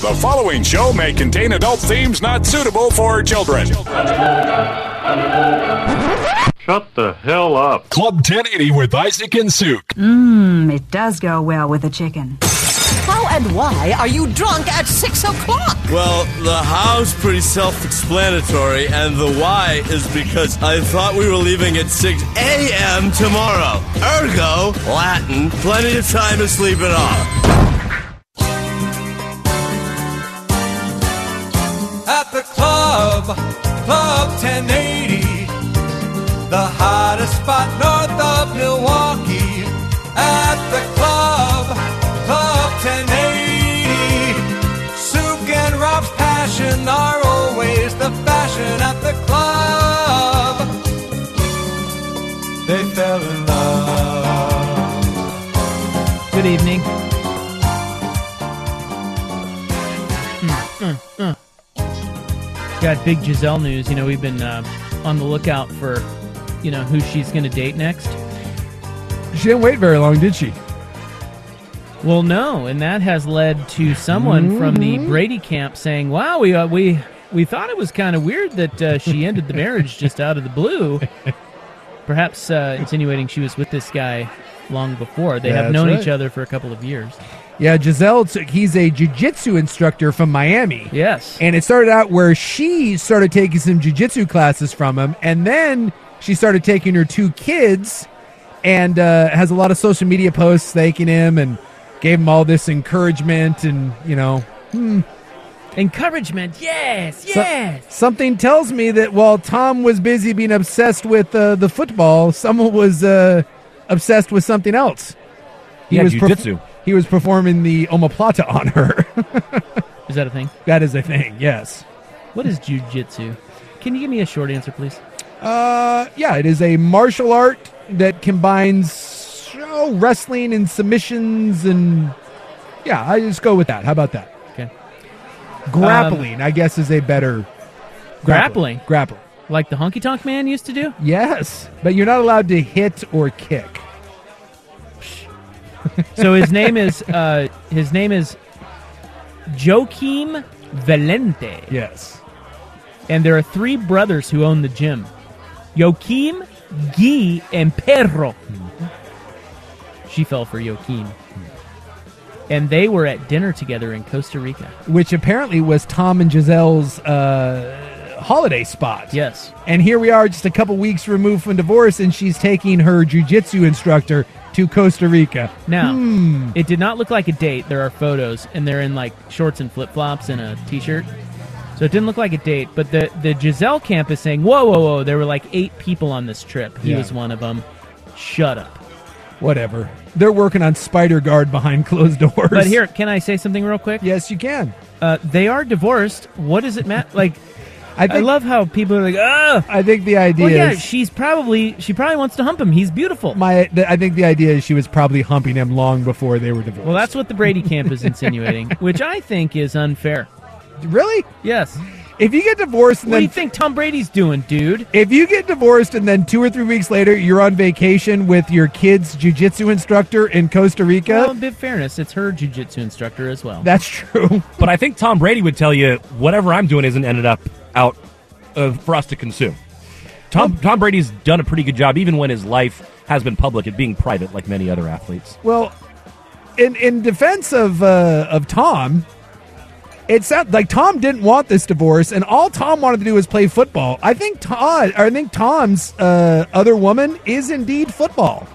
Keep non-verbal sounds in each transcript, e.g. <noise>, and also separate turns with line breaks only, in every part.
The following show may contain adult themes not suitable for children.
Shut the hell up.
Club 1080 with Isaac and Suk.
Mmm, it does go well with a chicken.
How and why are you drunk at six o'clock?
Well, the how's pretty self-explanatory, and the why is because I thought we were leaving at 6 a.m. tomorrow. Ergo, Latin, plenty of time to sleep it off.
at the club, Club 1080, the hottest spot north of Milwaukee. At the club, Club 1080, Souk and Rob's passion are always the fashion at the club. They fell in love.
Good evening. Mm, Got big Giselle news. You know, we've been um, on the lookout for, you know, who she's going to date next.
She didn't wait very long, did she?
Well, no, and that has led to someone from the
Mm-hmm.
Brady camp saying, "Wow, we uh, we we thought it was kind of weird that uh, she ended the marriage just out of
<laughs>
the blue." Perhaps uh, insinuating she was with this guy long before. They have
That's
known
right.
each other for a couple of years.
Yeah, Giselle, took, he's a jiu-jitsu instructor from Miami.
Yes.
And it started out where she started taking some jiu-jitsu classes from him, and then she started taking her two kids and uh, has a lot of social media posts thanking him and gave him all this encouragement and, you know, hmm.
Encouragement, yes,
So- something tells me that while Tom was busy being obsessed with uh, the football, someone was uh, obsessed with something else.
Yeah,
was perf-
jujitsu.
he was performing the omoplata on her.
Is that a thing?
that is a thing. Yes.
What is jujitsu? Can you give me a short answer, please?
Uh, yeah, it is a martial art that combines oh, wrestling and submissions and yeah, I just go with that. How about that?
Okay.
Grappling, I guess, is a better
Um, Grappling.
Grappling.
Like the honky tonk man used to do?
Yes, but you're not allowed to hit or kick.
So his name is uh, his name is Joachim Valente,
Yes.
and there are three brothers who own the gym: Joachim, Guy, and Perro. She fell for Joachim, and they were at dinner together in Costa Rica.
Which apparently was Tom and Giselle's uh, holiday spot.
Yes,
And here we are, just a couple weeks removed from divorce, and she's taking her jujitsu instructor to Costa Rica.
Now,
Hmm.
it did not look like a date. There are photos, and they're in like shorts and flip flops and a t shirt. So it didn't look like a date. But the, the Giselle camp is saying, whoa, whoa, whoa, there were like eight people on this trip. He
Yeah.
was one of them. Shut up.
Whatever. They're working on Spider Guard behind closed doors.
But here, can I say something real quick?
Yes, you can.
Uh, they are divorced. What does it matter? <laughs> Like,
I
I
think,
love how people are like, oh,
I think <laughs> the idea
well, yeah,
is.
she's probably, she probably wants to hump him. He's beautiful.
my, the, I think the idea is she was probably humping him long before they were divorced.
well, that's what the Brady camp is
<laughs>
insinuating, which I think is unfair.
really.
Yes.
If you get divorced and
What do
then
you think Tom Brady's doing, dude?
If you get divorced and then two or three weeks later you're on vacation with your kid's jujitsu instructor in Costa
Well,
Rica,
in bit fairness, it's her jujitsu instructor as well.
that's true.
<laughs> But I think Tom Brady would tell you whatever I'm doing isn't ended up out uh, for us to consume. Tom Tom Brady's done a pretty good job, even when his life has been public at being private, like many other athletes.
Well, in in defense of uh, of Tom, It sounds like Tom didn't want this divorce, and all Tom wanted to do was play football. I think Todd, or I think Tom's uh, other woman is indeed football,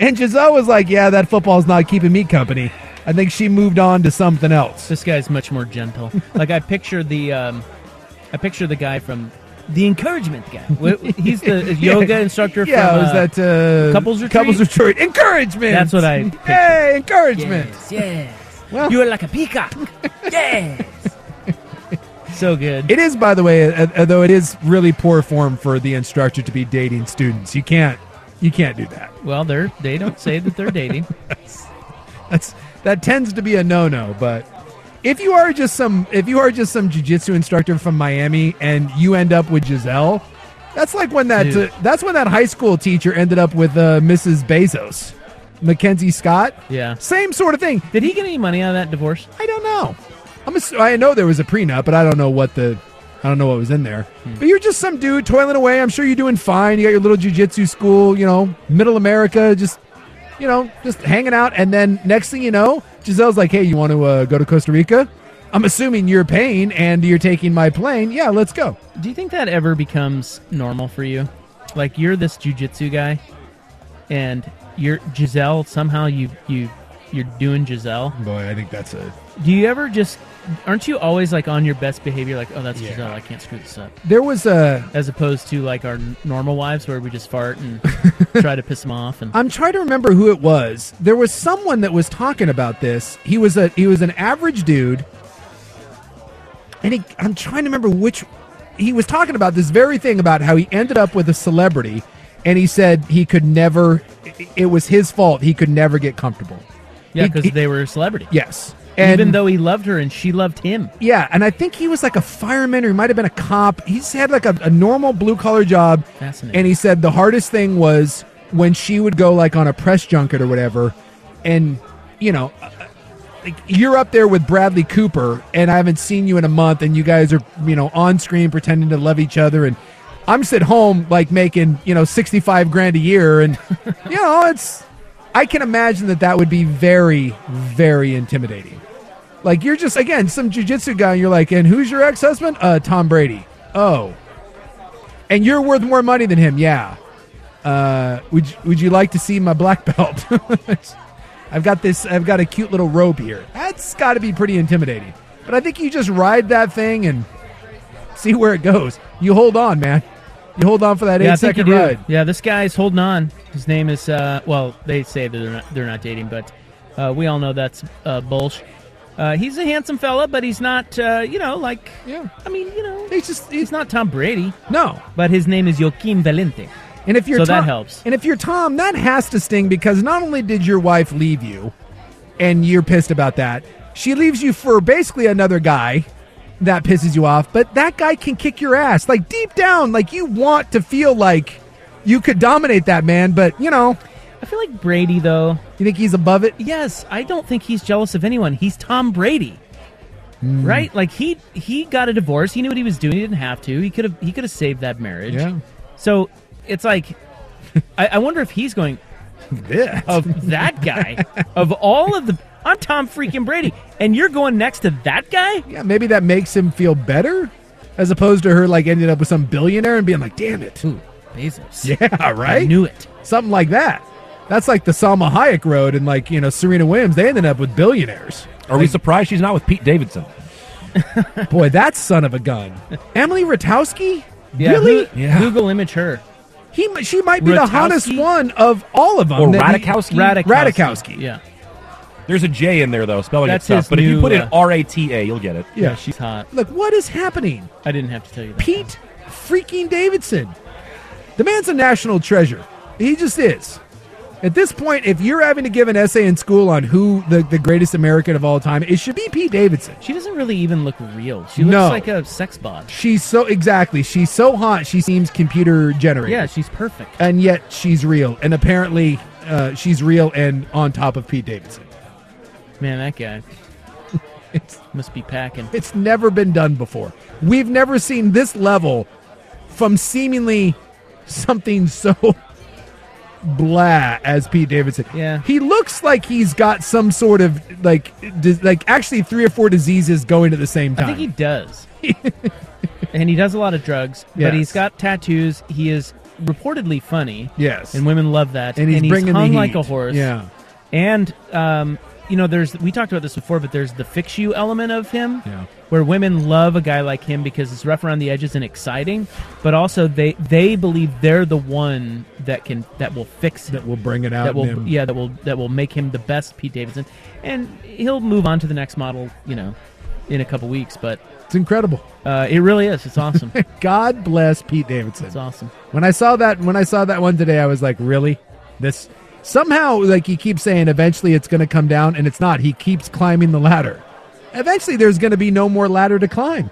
and Giselle was like, "Yeah, that football's not keeping me company." I think she moved on to something else.
This guy's much more gentle. like I picture the, um, I picture the guy from the encouragement guy. Wh- wh-
<laughs>
He's the yoga instructor.
Yeah,
from,
was that uh,
couples retreat?
Couples retreat. Encouragement.
That's what I
Hey, encouragement.
Yes, yes. you are like
<laughs>
a peacock. yes. So good.
It is, by the way, uh, uh, though it is really poor form for the instructor to be dating students. You can't, you can't do that.
Well, they're they don't say that they're
<laughs>
dating.
That's that tends to be a no-no. But if you are just some, if you are just some jujitsu instructor from Miami and you end up with Giselle, that's like when that
Dude.
uh, that's when that high school teacher ended up with uh, Mrs. Bezos, Mackenzie Scott.
Yeah.
Same sort of thing.
Did he get any money out of that divorce?
I don't know. I'm ass- I know there was a prenup, but I don't know what the I don't know what was in there. But you're just some dude toiling away. I'm sure you're doing fine. You got your little jujitsu school, you know, middle America, just you know, just hanging out. And then next thing you know, Giselle's like, "Hey, you want to uh, go to Costa Rica?" I'm assuming you're paying and you're taking my plane. Yeah, let's go.
Do you think that ever becomes normal for you? Like you're this jujitsu guy, and you're Giselle. Somehow you you you're doing Giselle.
Boy, I think that's a
Do you ever just? Aren't you always like on your best behavior? Like, oh, that's Giselle. I can't screw this up.
There was a
As opposed to like our n- normal wives, where we just
<laughs>
fart and try to piss them off. And
I'm trying to remember who it was. There was someone that was talking about this. He was a he was an average dude, and he, I'm trying to remember which he was talking about this very thing about how he ended up with a celebrity, and he said he could never. it- It was his fault. He could never get comfortable.
yeah,
He-
because
he-
they were a celebrity.
yes, and
Even though he loved her and she loved him.
yeah, and I think he was like a fireman or he might have been a cop. He's had like a, a normal blue collar job.
Fascinating.
And he said the hardest thing was when she would go like on a press junket or whatever, and you know, uh, like you're up there with Bradley Cooper, and I haven't seen you in a month, and you guys are you know on screen pretending to love each other, and I'm just at home like making you know sixty five grand a year, and you know it's. I can imagine that that would be very, very intimidating. Like you're just again some jujitsu guy. And you're like, and who's your ex husband? Uh, Tom Brady. Oh, and you're worth more money than him. Yeah. Uh, would you- would you like to see my black belt? <laughs> I've got this. I've got a cute little robe here. That's got to be pretty intimidating. But I think you just ride that thing and see where it goes. You hold on, man. You hold on for that
yeah, I
eight
think you
second
do.
ride.
Yeah, this guy's holding on. His name is uh, well, they say that they're not they're not dating, but uh, we all know that's uh, bullsh. Uh, he's a handsome fella, but he's not uh, you know like
Yeah.
I mean you know
It's just
he's
it's
not Tom Brady,
no.
but his name is Joaquin Valente.
And if you're
So
Tom,
that helps.
And if you're Tom, that has to sting because not only did your wife leave you, and you're pissed about that, she leaves you for basically another guy. That pisses you off, but that guy can kick your ass. Like deep down, like you want to feel like you could dominate that man, but you know,
I feel like Brady though.
you think he's above it.
Yes, I don't think he's jealous of anyone. He's Tom Brady.
Hmm.
Right? Like he he got a divorce. He knew what he was doing. He didn't have to. He could have he could have saved that marriage.
Yeah.
So it's like <laughs> I, I wonder if he's going,
<laughs> Yeah.
of that guy of all of the I'm Tom
<laughs>
freaking Brady and you're going next to that guy?
yeah, maybe that makes him feel better, as opposed to her like ending up with some billionaire and being like, "Damn it,
Ooh, Bezos.
yeah, right."
I knew it.
something like that. That's like the Salma Hayek road, and like you know Serena Williams, they ended up with billionaires.
Are we surprised she's not with Pete Davidson?
<laughs> Boy, that son of a gun, Emily Ratajkowski.
Yeah,
really?
who- Google image her.
He mi- she might be the
Ratajkowski?
hottest one of all of them.
Or
that he-
Radikowski?
Radikowski.
Yeah.
There's a J in there though, spelling
That's
it tough.
his
But if you
new,
put in
uh,
R A T A, you'll get it.
yeah.
Yeah.
she's hot.
Look, what is happening?
I didn't have to tell you that.
Pete freaking Davidson. The man's a national treasure. He just is. At this point, if you're having to give an essay in school on who the, the greatest American of all time, it should be Pete Davidson.
She doesn't really even look real. She looks
No.
like a sex bot.
She's so exactly. She's so hot. She seems computer generated.
Yeah, she's perfect.
and yet she's real. And apparently, uh, she's real and on top of Pete Davidson.
Man, that guy
<laughs> It's
must be packing.
it's never been done before. We've never seen this level from seemingly something so <laughs> blah as Pete Davidson.
Yeah.
He looks like he's got some sort of like dis- like actually three or four diseases going at the same
I
time.
think he does. and he does <laughs> a lot of drugs, but
Yes.
he's got tattoos. He is reportedly funny.
Yes.
And women love that.
And he's bringing the
hung like
heat.
a horse.
Yeah.
And um, you know, there's we talked about this before, but there's the fix you element of him.
Yeah.
Where women love a guy like him because it's rough around the edges and exciting, but also they they believe they're the one that can that will fix him.
That will bring it out
That
in
will
him.
yeah, that will that will make him the best Pete Davidson. And he'll move on to the next model, you know, in a couple weeks, but
it's incredible.
Uh, it really is. It's awesome.
<laughs> God bless Pete Davidson.
It's awesome.
When I saw that when I saw that one today, I was like, really? This somehow like he keeps saying eventually it's gonna come down and it's not. He keeps climbing the ladder. Eventually there's gonna be no more ladder to climb.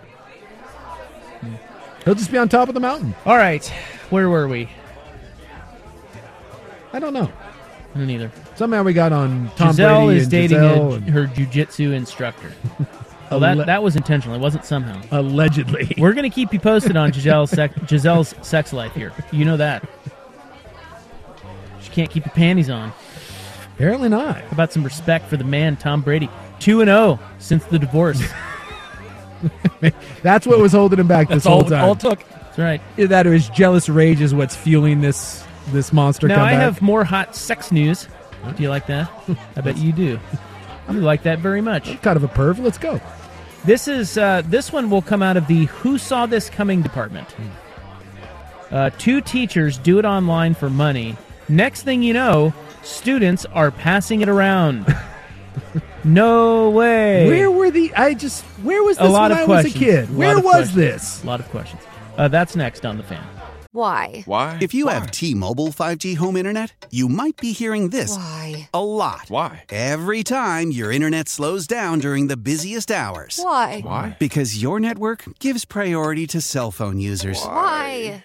He'll just be on top of the mountain.
All right, where were we?
I don't know.
I don't either.
Somehow we got on Tom
Giselle
Brady
is
and
dating
Giselle
a,
and-
her jujitsu
<laughs>
instructor. well, that,
Alle-
that was intentional. It wasn't somehow.
allegedly.
<laughs> We're gonna keep you posted on
<laughs>
Giselle's sex, Giselle's sex life here. You know that. She can't keep her panties on.
Apparently not.
How about some respect for the man, Tom Brady? Two and zero since
<laughs>
the divorce.
That's what was holding him back this
That's
whole
all,
time.
all it took.
That's right.
Either that or his jealous rage is what's fueling this this monster
Now I
comeback.
have more hot sex news. Do you
<laughs>
like that? I bet you do. You like that very much.
kind of a perv. Let's go.
This is uh, this one will come out of the "Who Saw This Coming" department.
Hmm.
Uh, two teachers do it online for money. Next thing you know, students are passing it around.
<laughs>
no way.
Where were the? I just. Where was this
a lot
when
of
I
questions.
was a kid?
lot
Where
of
was
questions.
this?
A lot of questions. Uh, that's next on the fan.
Why?
Why?
If you have T Mobile 5G home internet, you might be hearing this
Why?
a lot. Why? Every time your internet slows down during the busiest hours.
Why?
Because your network gives priority to cell phone users.
Why?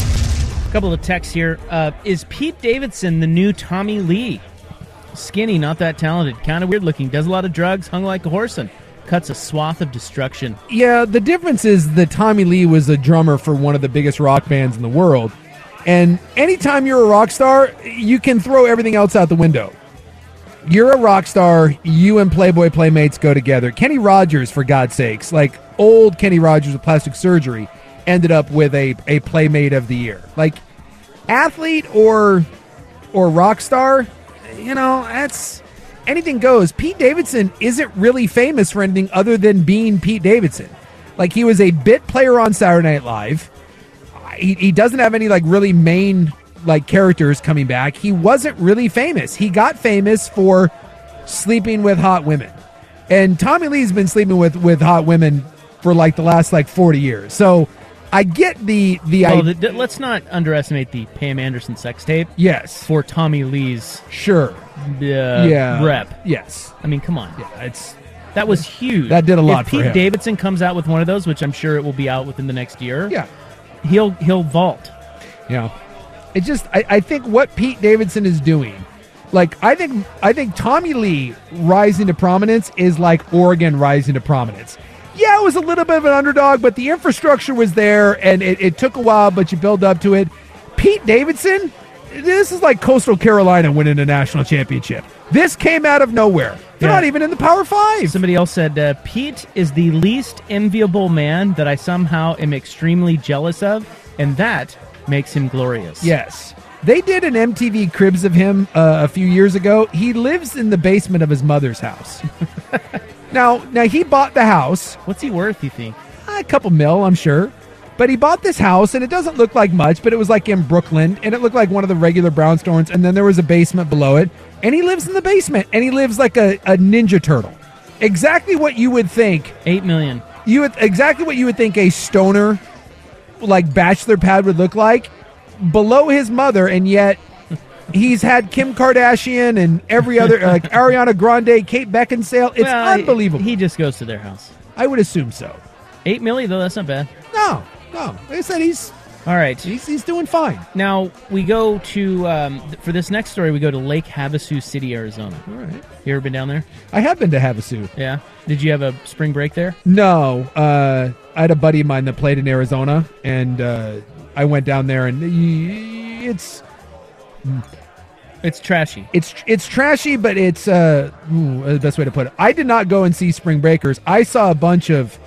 A couple of texts here. Uh, is Pete Davidson the new Tommy Lee? Skinny, not that talented, kind of weird looking, does a lot of drugs, hung like a horse, and cuts a swath of destruction.
Yeah, the difference is that Tommy Lee was a drummer for one of the biggest rock bands in the world. And anytime you're a rock star, you can throw everything else out the window. You're a rock star. You and Playboy Playmates go together. Kenny Rogers, for God's sakes, like old Kenny Rogers with plastic surgery, ended up with a, a Playmate of the Year. Like, athlete or or rock star, you know, that's anything goes. Pete Davidson isn't really famous for anything other than being Pete Davidson. Like he was a bit player on Saturday Night Live. He, he doesn't have any like really main like characters coming back. He wasn't really famous. He got famous for sleeping with hot women. And Tommy Lee's been sleeping with with hot women for like the last like 40 years. So I get the the
Well,
idea.
th- th- let's not underestimate the Pam Anderson sex tape.
Yes,
for Tommy Lee's
sure Yeah.
yeah rep.
Yes,
I mean come on,
yeah, it's
that was huge.
That did a lot
If
for
Pete
him.
Davidson comes out with one of those, which I'm sure it will be out within the next year.
Yeah,
he'll he'll vault.
Yeah. It just I, I think what Pete Davidson is doing, like I think I think Tommy Lee rising to prominence is like Oregon rising to prominence. Yeah, it was a little bit of an underdog, but the infrastructure was there and it, it took a while, but you build up to it. Pete Davidson, this is like Coastal Carolina winning a national championship. This came out of nowhere. They're not even in the Power Five.
Somebody else said uh, Pete is the least enviable man that I somehow am extremely jealous of, and that makes him glorious.
Yes. They did an MTV Cribs of him uh, a few years ago. He lives in the basement of his mother's house. <laughs> now, now he bought the house.
What's he worth, you think?
A couple mil, I'm sure. But he bought this house and it doesn't look like much, but it was like in Brooklyn and it looked like one of the regular brownstones and then there was a basement below it. And he lives in the basement and he lives like a, a ninja turtle. Exactly what you would think.
8 million.
You would, exactly what you would think a stoner like bachelor pad would look like below his mother and yet he's had Kim Kardashian and every
<laughs>
other like Ariana Grande, Kate Beckinsale. It's
Well, he-
unbelievable.
He just goes to their house.
I would assume so.
Eight milli though, that's not bad.
No, no. Like I said, he's
all right.
He's, he's doing fine.
Now we go to um, th- for this next story. We go to Lake Havasu City, Arizona. All
right.
You ever been down there? Uh,
I have been to Havasu.
Yeah. Did you have a spring break there?
No, uh, I had a buddy of mine that played in Arizona, and uh, I went down there, and y- it's
it's trashy.
It's it's trashy, but it's uh, ooh, uh, the best way to put it. I did not go and see Spring Breakers. I saw a bunch of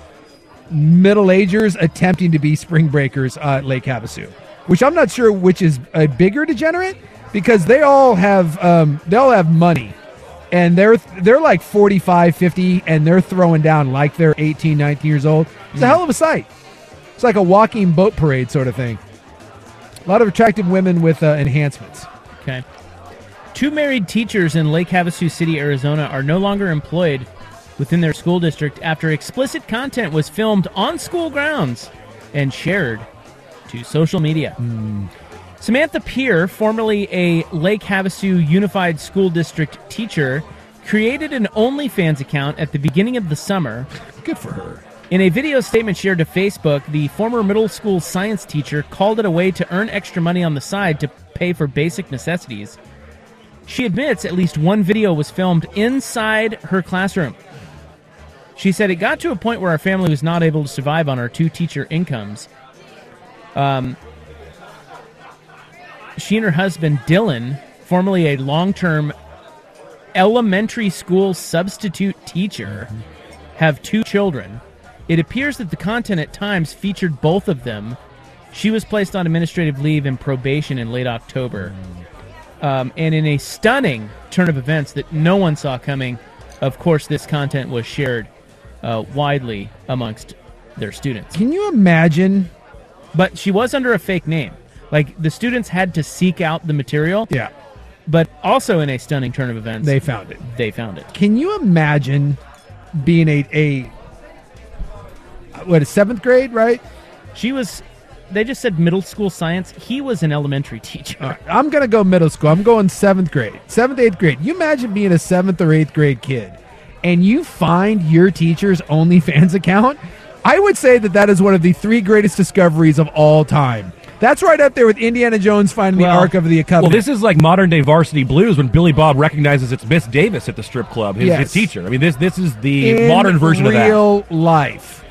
middle agers attempting to be Spring Breakers uh, at Lake Havasu, which I'm not sure which is a bigger degenerate because they all have um, they all have money. And they're they're like 45, 50, and they're throwing down like they're 18, 19 years old. It's a hell of a sight. It's like a walking boat parade sort of thing. A lot of attractive women with uh, enhancements.
Okay. Two married teachers in Lake Havasu City, Arizona are no longer employed within their school district after explicit content was filmed on school grounds and shared to social media. Samantha Peer, formerly a Lake Havasu Unified School District teacher, created an OnlyFans account at the beginning of the summer.
Good for her.
In a video statement shared to Facebook, the former middle school science teacher called it a way to earn extra money on the side to pay for basic necessities. She admits at least one video was filmed inside her classroom. She said it got to a point where our family was not able to survive on our two teacher incomes. Um, she and her husband Dylan, formerly a long-term elementary school substitute teacher, have two children. It appears that the content at times featured both of them. She was placed on administrative leave and probation in late October. Um, and in a stunning turn of events that no one saw coming, of course, this content was shared uh, widely amongst their students.
Can you imagine?
But she was under a fake name. Like the students had to seek out the material.
Yeah.
But also in a stunning turn of events,
They found it.
They found it.
Can you imagine being a a what a seventh grade, right?
She was. They just said middle school science. He was an elementary teacher.
All right, I'm gonna go middle school. I'm going seventh grade, seventh eighth grade. You imagine being a seventh or eighth grade kid, and you find your teacher's OnlyFans account. I would say that that is one of the three greatest discoveries of all time. That's right up there with Indiana Jones finding the Ark of the
Well,
Covenant.
this is like modern day varsity blues when Billy Bob recognizes it's Miss Davis at the strip club, his,
Yes.
his teacher. I mean, this this is the
in
modern version of that.
real life.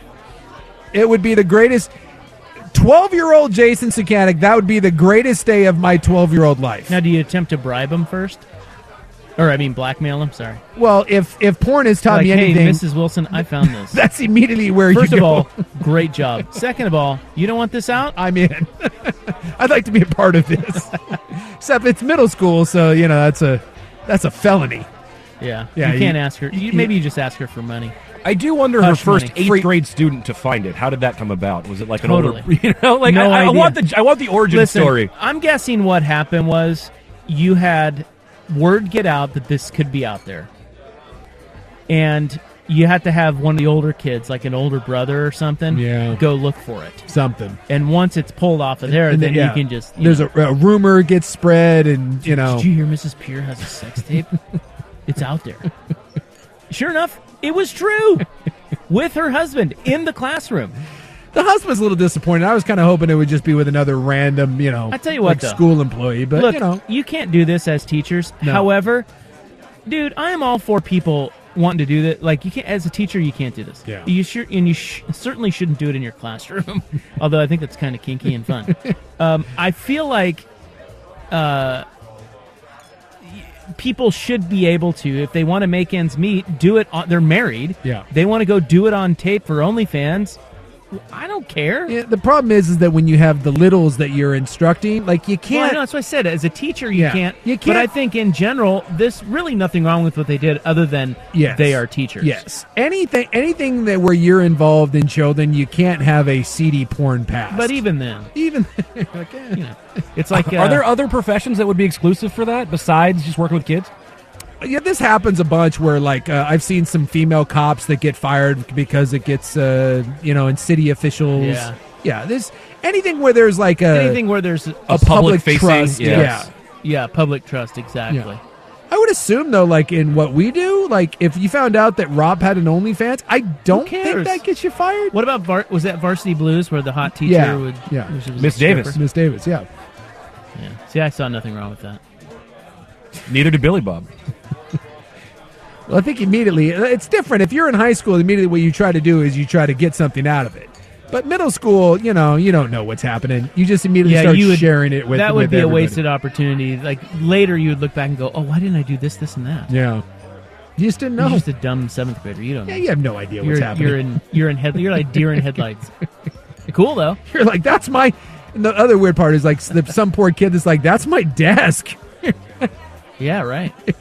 It would be the greatest. Twelve-year-old Jason Sukanik. That would be the greatest day of my twelve-year-old life.
Now, do you attempt to bribe him first, <laughs> or I mean blackmail him? Sorry.
Well, if if porn has taught
like,
me
hey,
anything,
Mrs. Wilson, I found
<laughs>
this.
that's immediately where
First
you
of
go.
all, great job. Second of all, you don't want this out.
<laughs> I'm in. I'd like to be a part of
<laughs>
this. Except it's middle school, so you know that's a that's a felony.
Yeah.
Yeah,
You can't
you-
ask her. You,
you-
maybe you just ask her for money.
I do wonder
Hush
her first
money.
eighth
Free-
grade student to find it. How did that come about? Was it like an
Totally.
older, <laughs> you know, like
No
I, I
idea.
want the I want the origin
Listen,
story.
I'm guessing what happened was you had word get out that this could be out there. And you have to have one of the older kids, like an older brother or something, yeah. go look for it.
Something.
And once it's pulled off of there,
And
then
yeah.
you can just. you
there's
know,
a, a rumor gets spread, and you know
Did you hear Mrs. Peer has a sex
<laughs>
tape? it's out there. Sure enough, it
<laughs>
was true. With her husband in the classroom.
the husband's a little disappointed. I was kind of hoping it would just be with another random, you know,
I tell you what,
like,
though.
school employee, but
Look,
you know,
can't do this as teachers.
No.
However, dude, I am all for people wanting to do that. Like you can't, as a teacher, you can't do this.
Yeah.
You sure, and you sh- certainly shouldn't do it in your classroom. <laughs> Although I think that's kind of kinky and
<laughs>
fun. um, I feel like uh, y- people should be able to, if they want to make ends meet, do it. On, they're married.
Yeah.
They want to go do it on tape for OnlyFans. I don't care.
Yeah, the problem is, is that when you have the littles that you're instructing, like you
Well, I
can't.
know, that's what I said. As a teacher, you
Yeah.
can't.
You
But
can't-
I think in general, there's really nothing wrong with what they did, other than
Yes.
they are teachers.
Yes, anything, anything that where you're involved in children, you can't have a seedy porn pass.
But even then,
even <laughs>
you know, it's like
<laughs>
uh,
Are there other professions that would be exclusive for that besides just working with kids?
yeah, this happens a bunch where like uh, I've seen some female cops that get fired because it gets uh you know in city officials.
Yeah.
yeah. This anything where there's like a
anything where there's a,
public public-facing, trust, yes.
yeah, yeah, public trust, exactly.
I would assume though, like in what we do, like if you found out that Rob had an OnlyFans, I don't think
cares?
that gets you fired.
What about var- was that Varsity Blues where the hot teacher
Yeah,
would
yeah.
was- was a
Miss Davis.
stripper?
Miss Davis, yeah.
Yeah. See, I saw nothing wrong with that.
Neither did Billy Bob.
Well, I think immediately uh, it's different. If you're in high school, immediately what you try to do is you try to get something out of it. But middle school, you know, you don't know what's happening. You just immediately start
would-
sharing it with
that would
with
be
everybody.
a wasted opportunity. Like later, you would look back and go, "Oh, why didn't I do this, this, and that?"
Yeah, you just didn't
You're
know.
just a dumb seventh grader. You don't.
Yeah,
know.
you have no idea what's
you're,
happening.
You're in. You're in head. You're like deer
<laughs>
in headlights. <laughs> cool though.
You're like, that's my. And the other weird part is like the, some poor kid that's like, that's my desk.
Yeah. Right. Is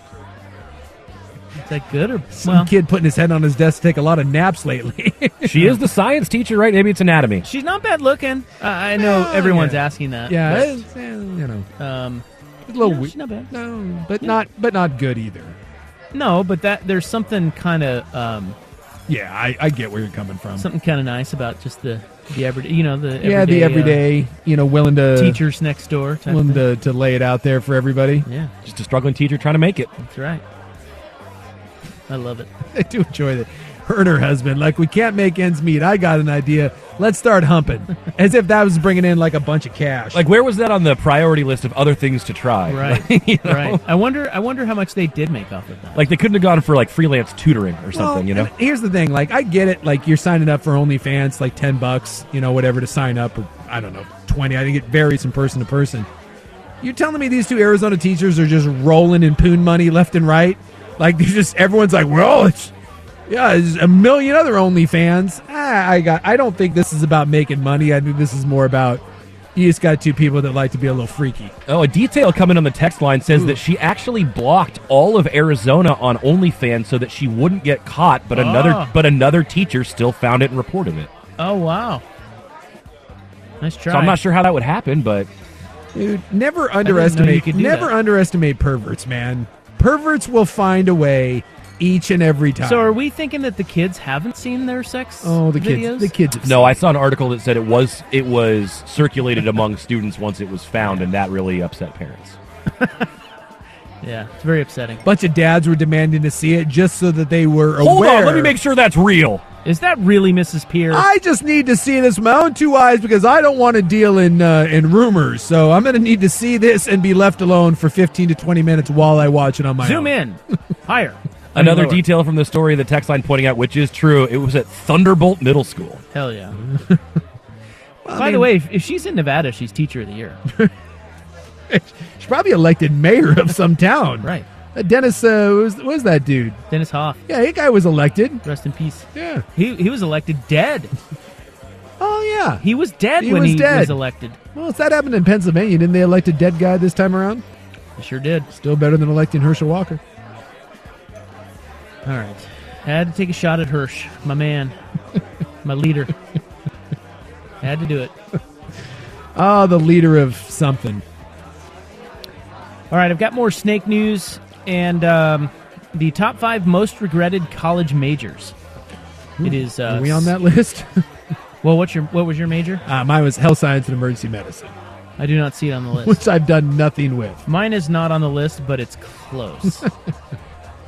that good or
Some
well?
kid putting his head on his desk to take a lot of naps lately.
<laughs> She is the science teacher, right? Maybe it's anatomy.
She's not bad looking. I I know everyone's asking that.
yeah,
but,
it's, eh, you know,
um,
it's a little
yeah,
weird.
She's not bad.
No, but
Yeah.
not but not good either.
No, but that there's something kind of um,
Yeah, I, I get where you're coming from.
something kind of nice about just the the everyday. You know the
yeah, the
everyday,
everyday, you know, willing
uh,
to
teachers next door. Type of
willing
thing.
to, to lay it out there for everybody.
Yeah,
Just a struggling teacher trying to make it.
that's right. I love it.
<laughs> I do enjoy that. Her and her husband, like, we can't make ends meet. I got an idea. Let's start humping, as if that was bringing in like a bunch of cash.
Like, where was that on the priority list of other things to try?
Right,
Like, <laughs> you know?
right. I wonder. I wonder how much they did make off of that.
Like, they couldn't have gone for like freelance tutoring or
Well,
something, you know?
and Here's the thing. Like, I get it. Like, you're signing up for OnlyFans, like ten bucks, you know, whatever to sign up, or I don't know, twenty. I think it varies from person to person. You're telling me these two Arizona teachers are just rolling in poon money left and right? Like, they're just everyone's like, well, it's yeah, there's a million other OnlyFans. Ah, I got. I don't think this is about making money. I think this is more about you just got two people that like to be a little freaky.
Oh, a detail coming on the text line says that she actually blocked all of Arizona on OnlyFans so that she wouldn't get caught, but
Ah.
another but another teacher still found it and reported it.
Oh wow. Nice try.
So I'm not sure how that would happen, but
Dude, never
know you
underestimate
could do
never
that.
underestimate perverts, man. Perverts will find a way each and every time.
So are we thinking that the kids haven't seen their sex?
oh, the kids,
videos?
the kids. Have
no, I saw an article that said it was it was circulated among students once it was found, and that really upset parents.
Yeah, it's very upsetting.
a bunch of dads were demanding to see it just so that they were
Hold
aware.
on, let me make sure that's real.
Is that really Mrs. Pierce?
I just need to see this with my own two eyes because I don't want to deal in uh, in rumors. So I'm going to need to see this and be left alone for 15 to 20 minutes while I watch it on my
Zoom
own. <laughs>
in higher. I mean,
Another
lower.
detail from the story, the text line pointing out, which is true, it was at Thunderbolt Middle School. <laughs>
Hell yeah. By the way, if, if she's in Nevada, she's Teacher of the
<laughs>
Year.
She's probably elected mayor of some town.
Right.
Uh, Dennis, uh, what was, what was that dude?
Dennis Hoff,
Yeah, that guy was elected.
rest in peace.
Yeah.
He he was elected dead.
Oh yeah.
He was dead
He
when
was
he
dead.
was elected.
Well, if that happened in Pennsylvania, didn't they elect a dead guy this time around?
He sure did.
Still better than electing Herschel Walker.
All right. I had to take a shot at Hirsch,
<laughs>
my man, my leader. I had to do it.
Ah, the leader of something.
All right, I've got more snake news, and um, the top five most regretted college majors. It is. Uh,
Hmm. Are we on that list? <laughs>
well, what's your what was your major?
Uh, mine was health science and emergency medicine,
I do not
<laughs>
see it on the list.
which I've done nothing with.
Mine is not on the list, but it's close.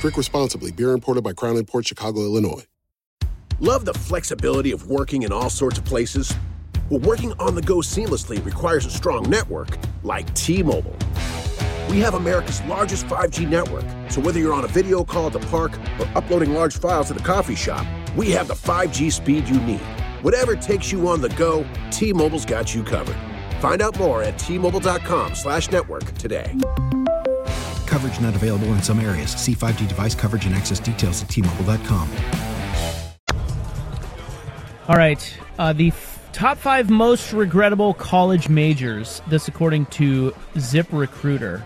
Drink responsibly, beer imported by Crown Port Chicago, Illinois.
Love the flexibility of working in all sorts of places? Well, working on the go seamlessly requires a strong network like T Mobile. We have America's largest 5G network, so whether you're on a video call at the park or uploading large files at a coffee shop, we have the 5G speed you need. Whatever takes you on the go, T Mobile's got you covered. Find out more at T Mobile.com slash network today.
Coverage not available in some areas. See 5G device coverage and access details at tmobile.com.
All right, uh, the f- top five most regrettable college majors. This according to ZipRecruiter.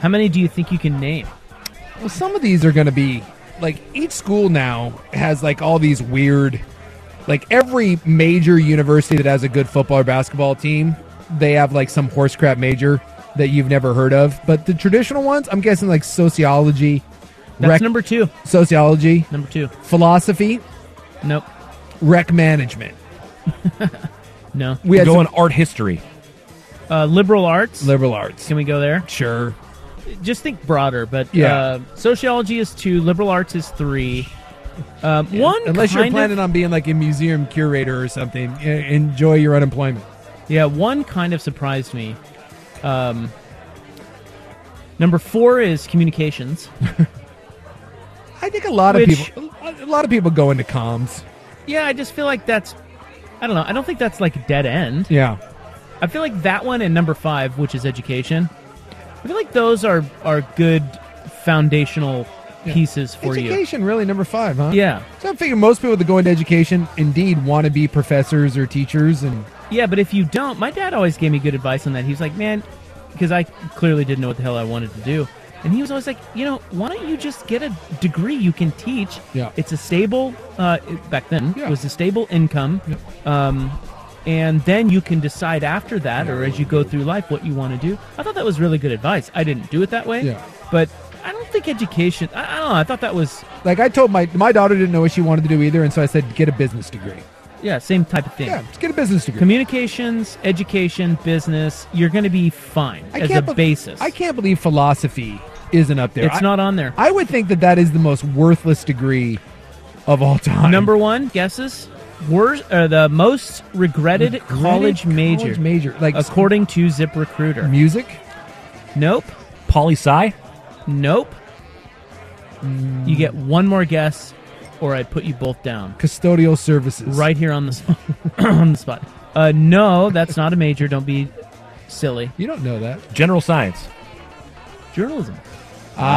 How many do you think you can name?
Well, some of these are going to be like each school now has like all these weird, like every major university that has a good football or basketball team, they have like some horse crap major that you've never heard of. But the traditional ones, I'm guessing like sociology.
That's number two.
Sociology.
Number two.
Philosophy.
Nope.
Rec management.
no.
We had
go
some-
on art history.
Uh, liberal arts.
Liberal arts.
Can we go there?
Sure.
Just think broader, but
Yeah.
uh, sociology is two, liberal arts is three. Um, One,
Unless you're
kind of-
planning on being like a museum curator or something, e- enjoy your unemployment.
Yeah, one kind of surprised me. Um, number four is communications.
<laughs> I think a lot of
Which-
people, a lot of people go into comms.
yeah, I just feel like that's. I don't know. I don't think that's like a dead end.
Yeah.
I feel like that one and number five, which is education. I feel like those are are good foundational pieces for you.
education really number five, huh?
Yeah.
So I figure most people that go into education indeed want to be professors or teachers, and
Yeah, but if you don't, my dad always gave me good advice on that. He was like, man, because I clearly didn't know what the hell I wanted to do. And he was always like, you know, why don't you just get a degree you can teach?
Yeah.
It's a stable, uh, it- back then, it was a stable income. Um, and then you can decide after that or as you go through life what you want to do. I thought that was really good advice. I didn't do it that way.
Yeah.
But I don't think education, I, I don't know, I thought that was,
like I told my my daughter didn't know what she wanted to do either, and so I said get a business degree.
yeah, same type of thing.
Yeah, just get a business degree.
Communications, education, business, you're going to be fine as a
be-
basis.
I can't believe philosophy isn't up there.
It's
I-
not on there.
I would think that that is the most worthless degree of all time.
Number one guesses were uh, the most regretted,
Regretted
college major.
college major, like-
according to ZipRecruiter.
Music?
Nope.
Poli sci?
Nope.
Hmm.
You get one more guess, or I put you both down
custodial services.
right here on the spot. <coughs> on the spot. Uh, no, that's not a major. Don't be silly.
You don't know that.
General science.
Journalism.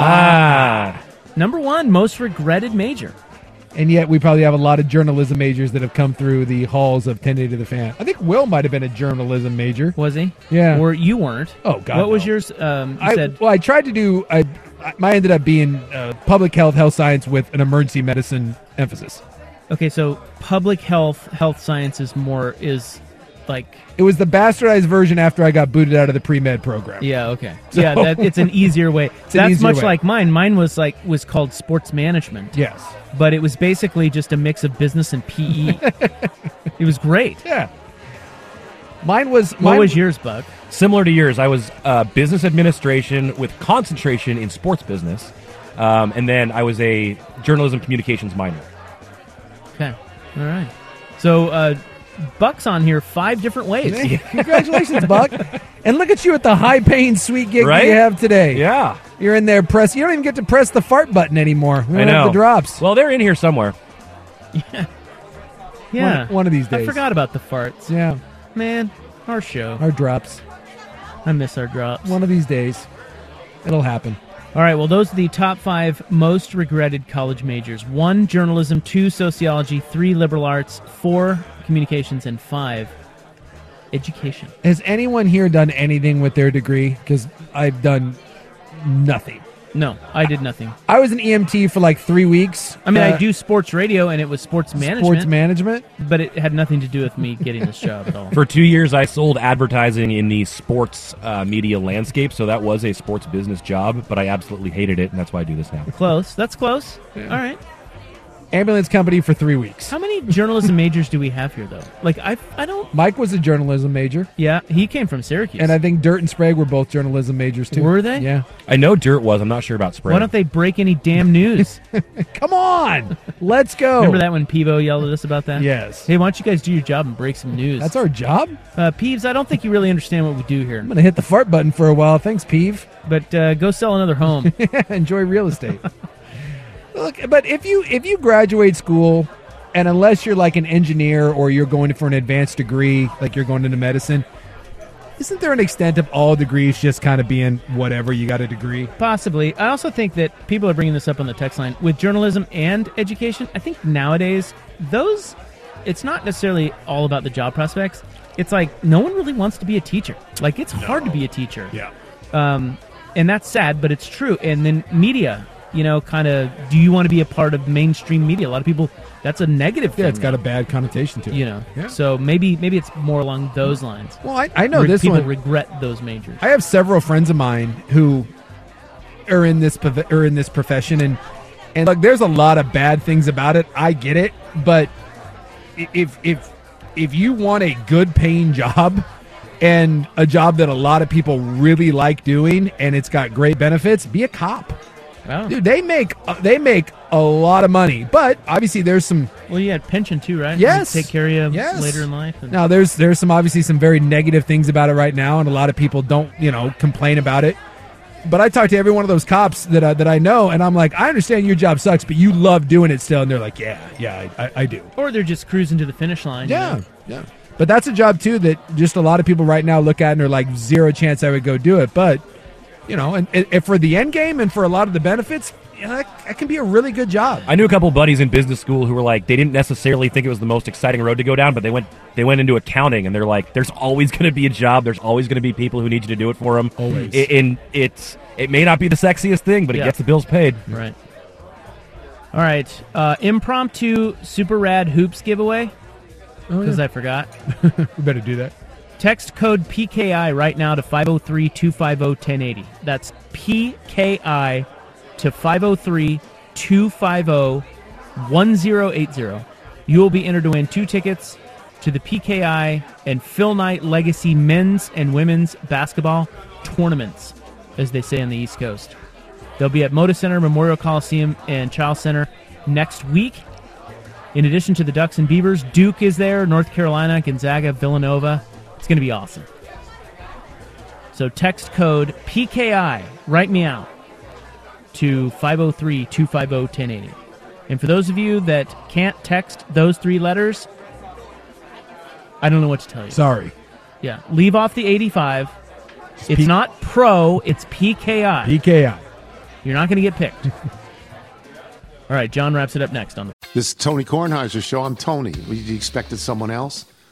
Ah.
Number one most regretted major.
And yet, we probably have a lot of journalism majors that have come through the halls of 1080 to the Fan. I think Will might have been a journalism major.
Was he?
Yeah.
Or you weren't.
Oh, God,
What was
no.
yours? Um, you
I,
said
well, I tried to do. I, I mine ended up being uh, public health, health science with an emergency medicine emphasis.
okay. So public health, health sciences more is like
It was the bastardized version after I got booted out of the pre med program.
Yeah. Okay.
<laughs> So-
Yeah. That, it's an easier way.
<laughs> It's an
That's
easier
much
way.
like mine. Mine was like was called sports management.
Yes.
But it was basically just a mix of business and
<laughs>
PE. it was great.
Yeah. Mine was.
What was yours, Buck?
Similar to yours, I was uh, business administration with concentration in sports business. Um, and then I was a journalism communications minor.
Okay. All right. So uh, Buck's on here five different ways. <laughs>
Congratulations, Buck. And look at you at the high paying sweet gig
Right?
that you have today.
Yeah.
You're in there press. You don't even get to press the fart button anymore. We
I
don't have
know
the drops.
Well, they're in here somewhere.
Yeah.
One, one of these
I
days.
forgot about the farts.
Yeah.
Man, our show.
Our drops.
I miss our drops.
One of these days. It'll happen.
All right, well, those are the top five most regretted college majors one, journalism, two, sociology, three, liberal arts, four, communications, and five, education.
Has anyone here done anything with their degree? Because I've done nothing.
No, I did nothing.
I was an EMT for like three weeks.
I mean, I
Uh,
do sports radio, and it was sports management.
Sports management?
But it had nothing to do with me getting this job
<laughs>
at all.
For two years, I sold advertising in the sports uh, media landscape, so that was a sports business job, but I absolutely hated it, and that's why I do this now.
Close. That's close. All right.
Ambulance company for three weeks.
How many journalism majors do we have here, though? Like, I, I don't.
Mike was a journalism major.
Yeah, he came from Syracuse.
And I think Dirt and Sprague were both journalism majors too.
Were they?
Yeah.
I know Dirt was. I'm not sure about Spray.
Why don't they break any damn news?
<laughs> Come on, let's go.
Remember that when Peebo yelled at us about that?
Yes.
Hey, why don't you guys do your job and break some news?
That's our job.
Uh, Peeves, I don't think you really understand what we do here.
I'm gonna hit the fart button for a while. Thanks, Peeve.
But uh, go sell another home.
<laughs> Enjoy real estate. Look, but if you if you graduate school, and unless you're like an engineer or you're going for an advanced degree, like you're going into medicine, isn't there an extent of all degrees just kind of being whatever you got a degree?
Possibly. I also think that people are bringing this up on the text line with journalism and education. I think nowadays those, it's not necessarily all about the job prospects. It's like no one really wants to be a teacher. Like it's hard to be a teacher.
Yeah.
Um, and that's sad, but it's true. And then media, you know, kind of, do you want to be a part of mainstream media? A lot of people, that's a negative thing.
Yeah, it's got a bad connotation to it.
You know,
Yeah.
so maybe maybe it's more along those lines.
Well, I- I know this
people
one-
regret those majors.
I have several friends of mine who are in this prof- are in this profession, and and like there's a lot of bad things about it. I get it, but i- if if if you want a good paying job and a job that a lot of people really like doing and it's got great benefits, be a cop. Dude, they make uh, they make a lot of money, but obviously there's some
Well, you had pension too, right? You
Yes.
take care of you
Yes.
later in life. and-
now there's there's some obviously some very negative things about it right now, and a lot of people don't you know complain about it. But I talk to every one of those cops that I, that I know, and I'm like, I understand your job sucks, but you love doing it still. And they're like, Yeah, yeah, I, I, I do.
Or they're just cruising to the finish line. you
Yeah,
know?
yeah. But that's a job too that just a lot of people right now look at and are like, zero chance I would go do it. But you know, and, and, and for the end game and for a lot of the benefits, you know, that, that can be a really good job.
I knew a couple buddies in business school who were like they didn't necessarily think it was the most exciting road to go down, but they went they went into accounting and they're like, there's always going to be a job, there's always going to be people who need you to do it for them.
Always.
I- and it's it may not be the sexiest thing, but it
Yeah.
gets the bills paid.
Right. All right. Uh, impromptu super rad hoops giveaway.
Oh,
Because
yeah.
I forgot.
<laughs> we better do that.
Text code PKI right now to 503 250 1080. That's PKI to 503 250 1080. You will be entered to win two tickets to the PKI and Phil Knight Legacy men's and women's basketball tournaments, as they say on the East Coast. They'll be at Moda Center, Memorial Coliseum, and Child Center next week. In addition to the Ducks and Beavers, Duke is there, North Carolina, Gonzaga, Villanova. It's going to be awesome. So text code PKI, write me out, to 503 250 1080. And for those of you that can't text those three letters, I don't know what to tell you.
Sorry.
Yeah, leave off the 85. It's not pro, it's PKI.
PKI.
You're not going to get picked. <laughs> All right, John wraps it up next on the.
This is Tony Kornheiser's show. I'm Tony. You expected someone else?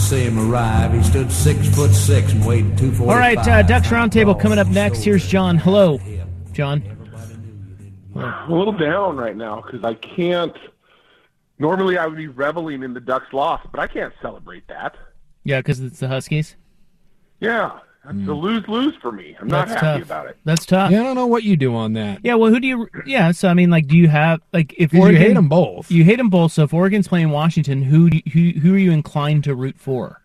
See him arrive. He stood six foot six and
uh,
weighed two forty.
All right, uh, Ducks Roundtable coming up next. Here's John. Hello, John.
a little down right now because I can't. Normally, I would be reveling in the Ducks' loss, but I can't celebrate that.
Yeah, because it's the Huskies.
Yeah, that's
Hmm.
a lose lose for me. I'm not
That's
happy
tough.
about it.
That's tough. Yeah,
I don't know what you do on that.
Yeah, well, who do you? Yeah, so I mean, like, do you have like if
'Cause you
Oregon,
hate 'em both.
You hate them both. So if Oregon's playing Washington, who do you, who who are you inclined to root for?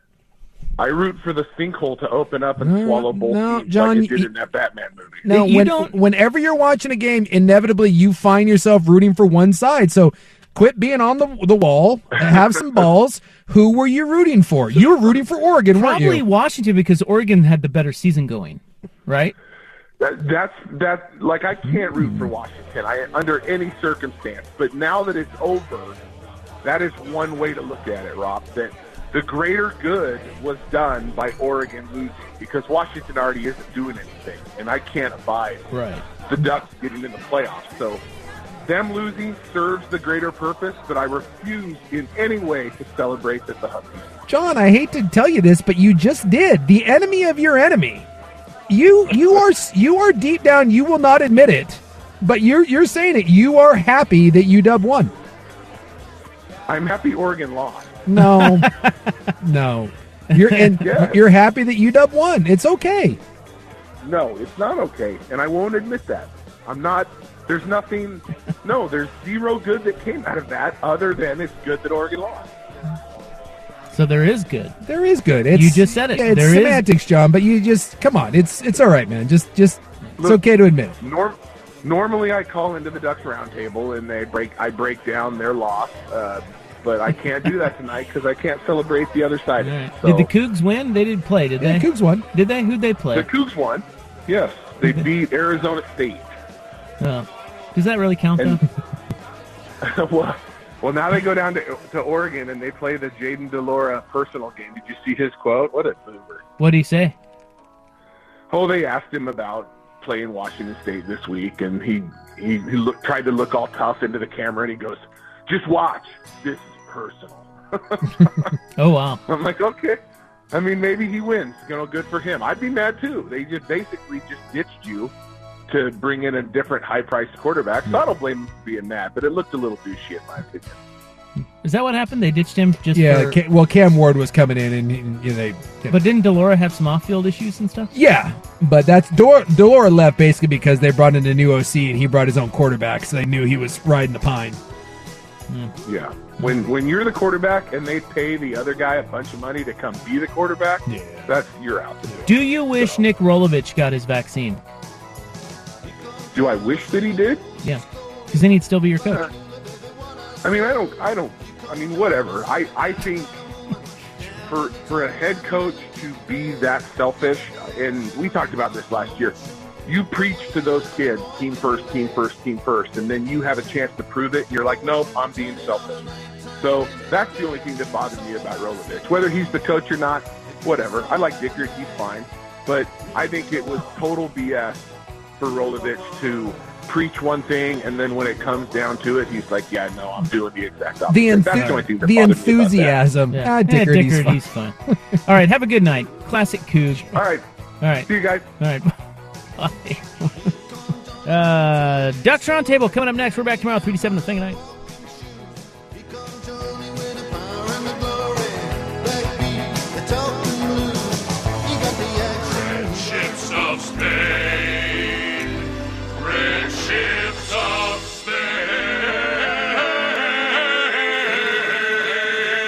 I root for the sinkhole to open up and swallow both
no,
teams
John,
like it did
you-
in that Batman movie.
Now, when, whenever you're watching a game, inevitably you find yourself rooting for one side. So quit being on the the wall. Have some balls. Who were you rooting for? You were rooting for Oregon, weren't
Probably
you?
Washington because Oregon had the better season going, right?
That, that's that. Like I can't root for Washington. I under any circumstance. But now that it's over, that is one way to look at it, Rob. That the greater good was done by Oregon losing because Washington already isn't doing anything, and I can't abide
Right.
the Ducks getting in the playoffs. So them losing serves the greater purpose. But I refuse in any way to celebrate that the Huskies.
John, I hate to tell you this, but you just did. The enemy of your enemy. You you are s- you are deep down. You will not admit it, but you're you're saying it. You are happy that UW won.
I'm happy Oregon lost.
No, <laughs> no.
<laughs>
You're and
Yes.
you're happy that UW won. It's okay.
No, it's not okay, and I won't admit that. I'm not. There's nothing. No, there's zero good that came out of that, other than it's good that Oregon lost.
So there is good.
There is good. It's,
You just said it.
Yeah, it's
There is-
semantics, John. But you just come on. It's it's all right, man. Just just it's
Look-
okay to admit. it.
Norm, normally, I call into the Ducks roundtable and they break. I break down their loss, uh, but I can't do that tonight because I can't celebrate the other side. of it. So,
Did the Cougs win? They did play, did
Yeah,
they?
Cougs won.
Did they? Who'd they play?
the Cougs won. Yes, they beat Arizona State. <laughs>
Oh. Does that really count though?
well, well, now they go down to to Oregon and they play the Jaden Delora personal game. Did you see his quote? What a boomer.
<laughs> What do you say?
Oh, they asked him about playing Washington State this week, and he he, he look, tried to look all tough into the camera, and he goes, "Just watch. This is personal."
<laughs> Oh wow.
I'm like, okay. I mean, maybe he wins. You know, good for him. I'd be mad too. They just basically just ditched you to bring in a different high-priced quarterback. So I don't blame him for being mad, but it looked a little douchey in my opinion.
Is that what happened? They ditched him just
Yeah.
for-
Ca- well, Cam Ward was coming in, and, and, you know, they.
But didn't Delora have some off field issues and stuff?
yeah, but that's Dor- Delora left basically because they brought in a new OC and he brought his own quarterback, so they knew he was riding the pine.
Yeah. When when you're the quarterback and they pay the other guy a bunch of money to come be the quarterback, yeah. that's you're out.
Do you wish Nick Rolovich got his vaccine?
Do I wish that he did?
Yeah. Because then he'd still be your coach.
I mean, I don't, I don't, I mean, whatever. I, I think for for a head coach to be that selfish, and we talked about this last year. You preach to those kids, team first, team first, team first, and then you have a chance to prove it. And you're like, nope, I'm being selfish. So that's the only thing that bothered me about Rolovich. Whether he's the coach or not, whatever. I like Dickert, he's fine. But I think it was total BS for Rolovich to preach one thing, and then when it comes down to it, he's like, yeah, no, I'm doing the exact opposite.
The, enthu-
that's the only thing that
the
bothered me about that.
enthusiasm.
Yeah.
Ah,
Yeah,
Dickard, he's
Dickard,
fine.
he's fine. All right. Have a good night. Classic Coug.
All right.
All right.
See you guys.
All right. <laughs> Bye. uh, Ducks Roundtable coming up next. We're back tomorrow, 3 to 7 to Thing Night.
Red ships of Spain. Red ships of Spain.